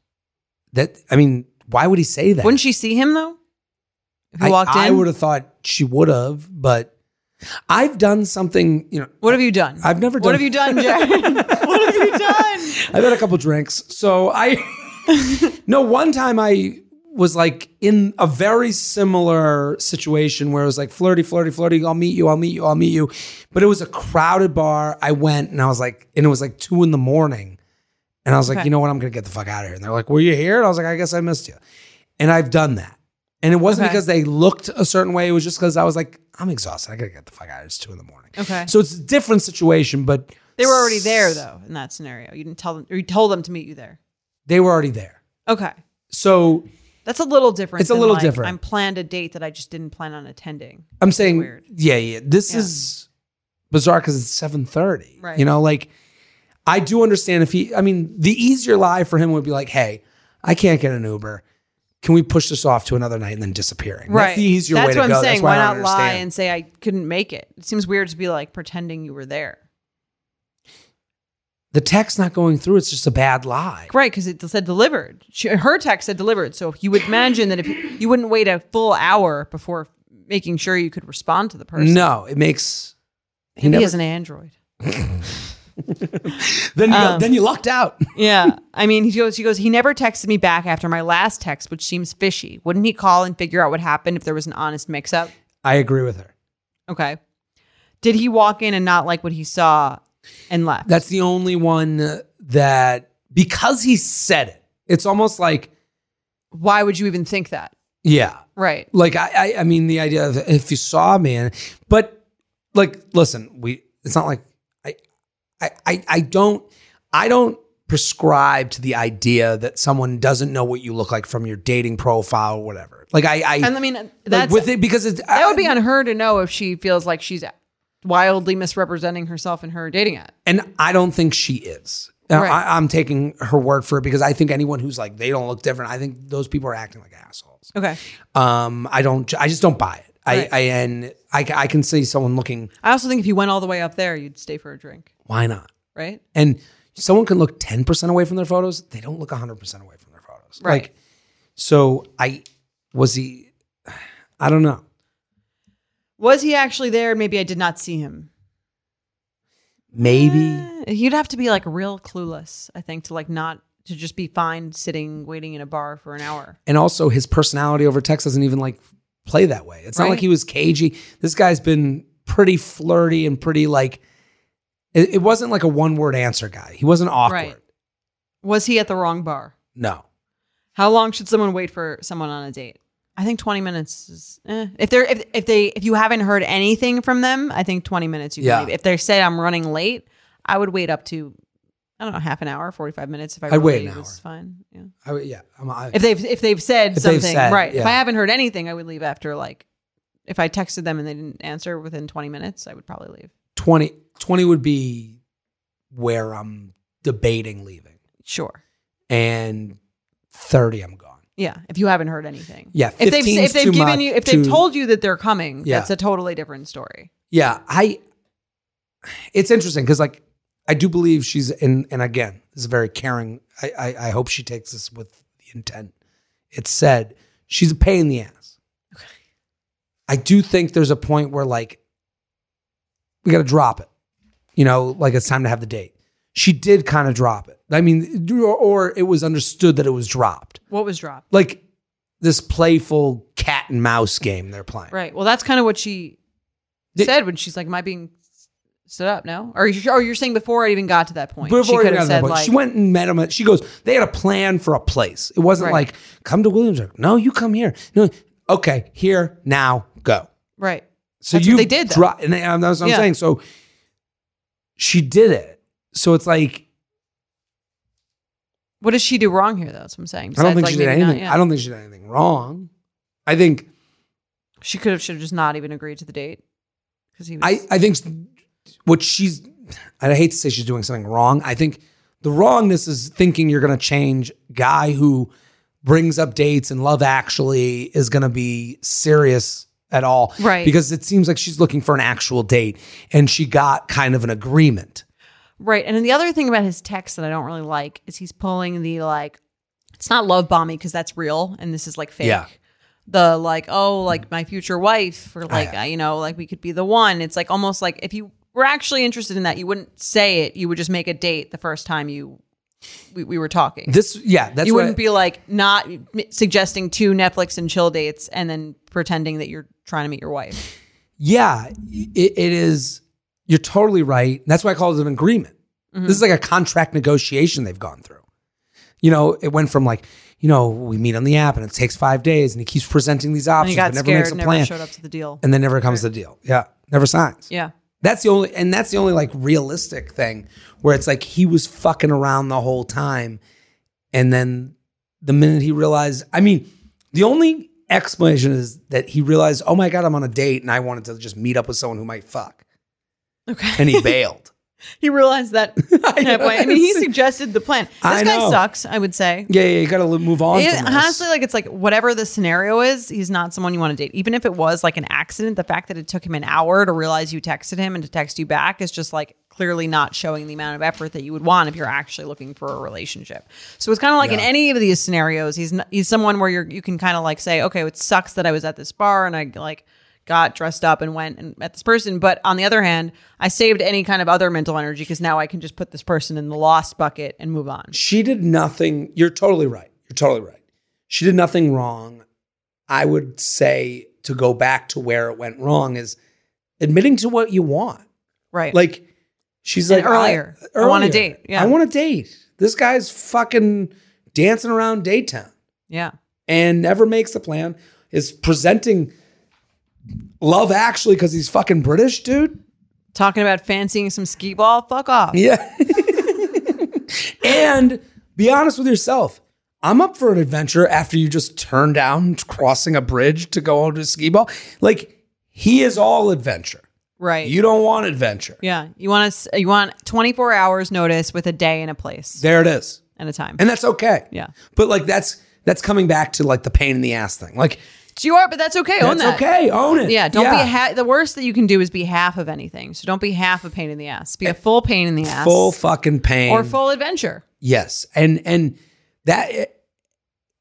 S3: that i mean why would he say that
S2: Wouldn't she see him though? If he
S3: I,
S2: walked
S3: I
S2: in,
S3: would have thought she would have but i've done something you know
S2: What have you done?
S3: I've never
S2: What
S3: done-
S2: have you done, Jared? what have you done?
S3: i've had a couple drinks so i no one time i was like in a very similar situation where it was like flirty flirty flirty i'll meet you i'll meet you i'll meet you but it was a crowded bar i went and i was like and it was like two in the morning and i was like
S2: Okay.
S3: you know what i'm gonna get the fuck out of here and they're like were you here and i was like i guess i missed you and i've done that and it wasn't
S2: Okay.
S3: because they looked a certain way it was just because i was like i'm exhausted i gotta get the fuck out of here it's two in the morning
S2: Okay.
S3: so it's a different situation but
S2: They were already there though in that scenario. You didn't tell them or you told them to meet you there.
S3: they were already there
S2: Okay.
S3: so
S2: That's a little different.
S3: It's a
S2: than,
S3: little
S2: like,
S3: different.
S2: I'm planned a date that I just didn't plan on attending.
S3: I'm saying,
S2: weird.
S3: yeah, yeah. This
S2: Yeah.
S3: is bizarre because it's seven thirty.
S2: Right.
S3: You know, like I do understand if he. I mean, the easier lie for him would be like, "Hey, I can't get an Uber. Can we push this off to another night and then disappearing?" That's the easier
S2: That's
S3: way to
S2: what I'm
S3: go.
S2: saying.
S3: That's why, I
S2: not
S3: don't
S2: lie
S3: understand.
S2: and say I couldn't make it? It seems weird to be like pretending you were there.
S3: the text not going through. It's just a bad lie.
S2: Right, because it said delivered. She, her text said delivered. So you would imagine that if you wouldn't wait a full hour before making sure you could respond to the person.
S3: No, it makes he
S2: he
S3: never.
S2: is an android.
S3: Then you,
S2: Um.
S3: go, then you lucked out.
S2: Yeah. I mean, she goes, she goes, he never texted me back after my last text, which seems fishy. Wouldn't he call and figure out what happened if there was an honest mix up?
S3: I agree with her.
S2: Okay. Did he walk in and not like what he saw and left?
S3: That's the only one that because he said it. It's almost like
S2: Why would you even think that?
S3: yeah,
S2: Right.
S3: like I, I, I mean, the idea of if you saw me, and but like, listen, we, it's not like I, I, I, I don't, I don't prescribe to the idea that someone doesn't know what you look like from your dating profile or whatever. Like I, I,
S2: And I mean, that's,
S3: like with it because it's,
S2: that would be on her to know if she feels like she's wildly misrepresenting herself in her dating app.
S3: and I don't think she is. Now,
S2: Right.
S3: I, I'm taking her word for it because I think anyone who's like they don't look different, I think those people are acting like assholes.
S2: Okay.
S3: Um, I don't, I just don't buy it. I,
S2: Right.
S3: I and I, I can see someone looking.
S2: I also think if you went all the way up there, you'd stay for a drink,
S3: Why not?
S2: right?
S3: And someone can look 10% away from their photos. They don't look 100% away from their photos.
S2: Right.
S3: Like, so I was he, I don't know.
S2: Was he actually there? Maybe I did not see him.
S3: Maybe.
S2: Eh, You'd have to be like real clueless, I think, to like not to just be fine sitting waiting in a bar for an hour.
S3: And also his personality over text doesn't even like play that way. It's not
S2: Right.
S3: like he was cagey. This guy's been pretty flirty and pretty like, it, it wasn't like a one word answer guy. He wasn't awkward.
S2: Right. Was he at the wrong bar?
S3: No.
S2: How long should someone wait for someone on a date? I think 20 minutes is eh. if they're if, if they if you haven't heard anything from them, I think 20 minutes you can
S3: Yeah.
S2: leave. If they say I'm running late, I would wait up to I don't know, half an hour, 45 minutes if I
S3: I'd wait
S2: really
S3: an
S2: was
S3: hour.
S2: fine. Yeah.
S3: I, yeah. I'm, I,
S2: If they've if they've said
S3: If
S2: something,
S3: they've said,
S2: right. If
S3: yeah.
S2: I haven't heard anything, I would leave after like if I texted them and they didn't answer within 20 minutes, I would probably leave.
S3: 20, 20 would be where I'm debating leaving.
S2: Sure.
S3: and 30 I'm gone.
S2: Yeah, if you haven't heard anything.
S3: Yeah,
S2: If they've
S3: 15's
S2: if they've
S3: too
S2: given
S3: much
S2: you if they've
S3: to-
S2: told you that they're coming,
S3: Yeah.
S2: that's a totally different story.
S3: Yeah, I it's interesting cuz like I do believe she's in and again, this is very caring. I I, I hope she takes this with the intent. It said she's a pain in the ass. I do think there's a point where like we got to drop it. You know, like it's time to have the date. She did kind of drop it. I mean, or, or it was understood that it was dropped.
S2: What was dropped?
S3: Like this playful cat and mouse game they're playing.
S2: Right. Well, that's kind of what she
S3: Did-
S2: said when she's like, "Am I being stood up?" No. Or you or you're saying before I even got to that point,
S3: Before
S2: she
S3: we
S2: could
S3: got
S2: have
S3: to that
S2: said
S3: point,
S2: like,
S3: she went and met him. At, she goes, they had a plan for a place. It wasn't
S2: Right.
S3: like, come to Williamsburg. No, you come here. No, okay, here now, go.
S2: "Right,
S3: So
S2: That's what
S3: you
S2: they did, though.
S3: dro- and they- and that's what
S2: Yeah.
S3: I'm saying. So she did it. So it's like
S2: what does she do wrong here?" Though that's what I'm saying.
S3: I
S2: Besides,
S3: don't think
S2: like,
S3: she did
S2: maybe
S3: anything.
S2: Not, yeah.
S3: I don't think she did anything wrong. I think
S2: She could have should have just not even agreed to the date because he was.
S3: I I think what she's. I hate to say she's doing something wrong. I think the wrongness is thinking you're going to change guy who brings up dates and love actually is going to be serious at all
S2: Right.
S3: because it seems like she's looking for an actual date and she got kind of an agreement
S2: Right. And then the other thing about his text that I don't really like is he's pulling the like, it's not love bombing because that's real and this is like fake.
S3: Yeah.
S2: The like, oh, like my future wife, or like,
S3: Oh, yeah.
S2: uh, you know, like we could be the one. It's like almost like if you were actually interested in that, you wouldn't say it. You would just make a date the first time you we, we were talking.
S3: this yeah that's
S2: you
S3: what
S2: wouldn't
S3: I-
S2: be like not m- suggesting two Netflix and chill dates and then pretending that you're trying to meet your wife.
S3: yeah it, it is you're totally right that's why i call it an agreement
S2: Mm-hmm.
S3: this is like a contract negotiation they've gone through you know it went from like you know we meet on the app and it takes five days and he keeps presenting these
S2: And
S3: options
S2: you got
S3: but never
S2: scared,
S3: makes a
S2: never
S3: plan
S2: showed up to the deal.
S3: and then never comes to the deal yeah never signs
S2: Yeah.
S3: that's the only and that's the only like realistic thing where it's like he was fucking around the whole time and then the minute he realized i mean the only explanation is that he realized oh my god i'm on a date and i wanted to just meet up with someone who might fuck
S2: Okay.
S3: and he bailed
S2: He realized that
S3: I know,
S2: that point. I mean, he
S3: it's-
S2: suggested the plan. This
S3: I
S2: guy
S3: know.
S2: sucks, I would say.
S3: yeah, yeah you gotta li- move on
S2: It-
S3: from this.
S2: honestly, like it's like whatever the scenario is, he's not someone you want to date. Even if it was like an accident, the fact that it took him an hour to realize you texted him and to text you back is just like clearly not showing the amount of effort that you would want if you're actually looking for a relationship. So it's kind of like in
S3: Yeah.
S2: any of these scenarios, he's n he's someone where you're you can kind of like say, okay, it sucks that I was at this bar and I like got dressed up and went and met this person. But on the other hand, I saved any kind of other mental energy because now I can just put this person in the lost bucket and move on.
S3: She did nothing. You're totally right. You're totally right. She did nothing wrong. I would say to go back to where it went wrong is admitting to what you want.
S2: Right.
S3: Like she's
S2: And
S3: like I-
S2: earlier. I wanna
S3: earlier.
S2: date. Yeah.
S3: I want to date. This guy's fucking dancing around Daytown
S2: yeah.
S3: and never makes the plan. Is presenting love actually because he's fucking British, dude.
S2: Talking about fancying some skee ball. Fuck off.
S3: Yeah. and be honest with yourself. I'm up for an adventure after you just turn down crossing a bridge to go on to skee ball. Like he is all adventure.
S2: Right.
S3: You don't want adventure.
S2: yeah. You want us. You want 24 hours notice with a day and a place
S3: There it is.
S2: and a time.
S3: And that's okay.
S2: Yeah.
S3: But like that's that's coming back to like the pain in the ass thing. Like
S2: So you are, but that's okay. Own
S3: that's
S2: that.
S3: okay. Own it.
S2: Yeah, don't be a ha- the worst that you can do is be half of anything. So don't be half a pain in the ass. Be a full pain in the ass.
S3: Eh. full fucking pain.
S2: or full adventure.
S3: Yes. And and that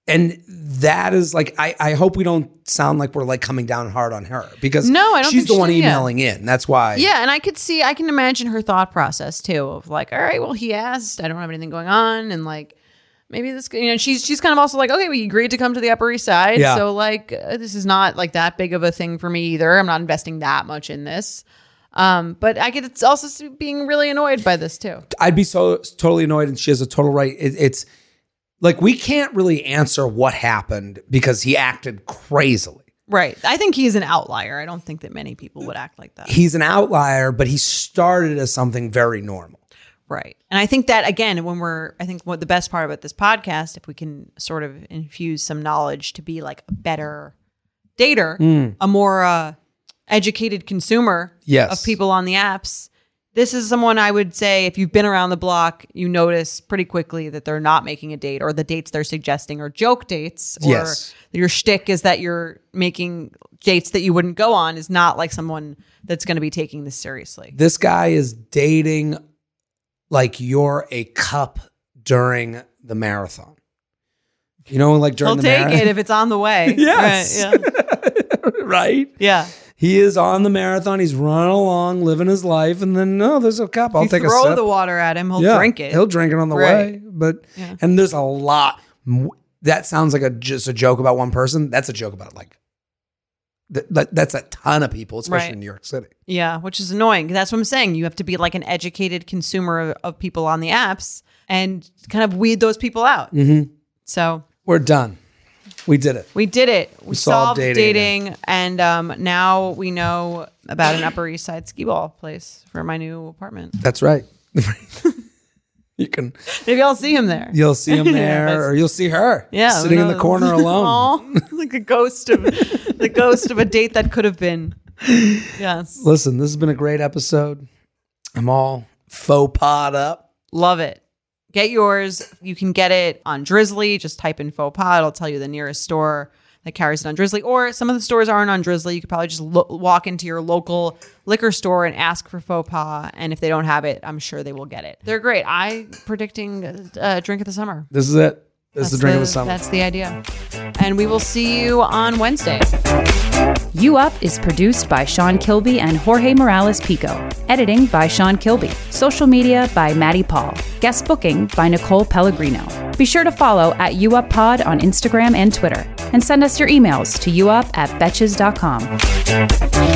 S3: and that is like I, I hope we don't sound like we're like coming down hard on her because
S2: No, I don't
S3: she's
S2: think
S3: the
S2: she
S3: one
S2: did, yeah.
S3: emailing in. That's why
S2: Yeah, and I could see I can imagine her thought process too of like, all right, well he asked, I don't have anything going on and like maybe this you know she's she's kind of also like, okay, we agreed to come to the upper east side.
S3: Yeah.
S2: So like uh, this is not like that big of a thing for me either. I'm not investing that much in this. Um, but I get it's also s- being really annoyed by this too.
S3: I'd be so totally annoyed and she has a total right. It, it's like we can't really answer what happened because he acted crazily.
S2: Right. I think he's an outlier. I don't think that many people would act like that.
S3: He's an outlier, but he started as something very normal.
S2: Right. And I think that again, when we're, I think what the best part about this podcast, if we can sort of infuse some knowledge to be like a better dater,
S3: Mm.
S2: a more uh, educated consumer
S3: Yes.
S2: of people on the apps, this is someone I would say if you've been around the block, you notice pretty quickly that they're not making a date or the dates they're suggesting are joke dates or
S3: Yes.
S2: your shtick is that you're making dates that you wouldn't go on is not like someone that's going to be taking this seriously.
S3: This guy is dating like you're a cup during the marathon. You know, like during
S2: They'll
S3: the
S2: take
S3: marathon.
S2: it if it's on the way.
S3: Yes.
S2: Right, yeah.
S3: right?
S2: Yeah.
S3: He is on the marathon. He's running along, living his life, and then no, there's a cup. I'll
S2: you
S3: take
S2: throw
S3: a sip.
S2: the water at him, he'll
S3: Yeah,
S2: drink it.
S3: He'll drink it on the
S2: Right.
S3: way. But
S2: Yeah.
S3: and there's a lot. That sounds like a just a joke about one person. That's a joke about like that, that- that's a ton of people, especially
S2: Right.
S3: in New York City.
S2: yeah, which is annoying. That's what I'm saying. You have to be like an educated consumer of, of people on the apps and kind of weed those people out.
S3: Mhm.
S2: So
S3: We're done. We did it.
S2: we did it. We,
S3: solved
S2: solved,
S3: dating.
S2: dating, and um, now we know about an Upper East Side skee ball place for my new apartment.
S3: That's right. you can
S2: Maybe I'll see him there.
S3: you'll see him
S2: Yeah,
S3: there,
S2: that's-
S3: or you'll see her.
S2: Yeah, who
S3: sitting in the
S2: knows?
S3: corner alone.
S2: Aw, like a ghost of the ghost of a date that could have been. Yes,
S3: Listen, this has been a great episode. I'm all faux pod up.
S2: Love it. Get yours. You can get it on Drizzly. Just type in faux pas. It'll tell you the nearest store that carries it on Drizzly. Or some of the stores aren't on Drizzly. You could probably just lo- walk into your local liquor store and ask for faux pas. And if they don't have it, I'm sure they will get it. They're great. I predicting uh, drink of the summer.
S3: This is it. This is the drink of the summer.
S2: That's the idea. And we will see you on Wednesday.
S7: You Up is produced by Sean Kilby and Jorge Morales Pico. Editing by Sean Kilby. Social media by Maddie Paul. Guest booking by Nicole Pellegrino. Be sure to follow at You Up Pod on Instagram and Twitter. And send us your emails to youup at betches.com.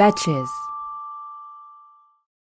S7: Betches.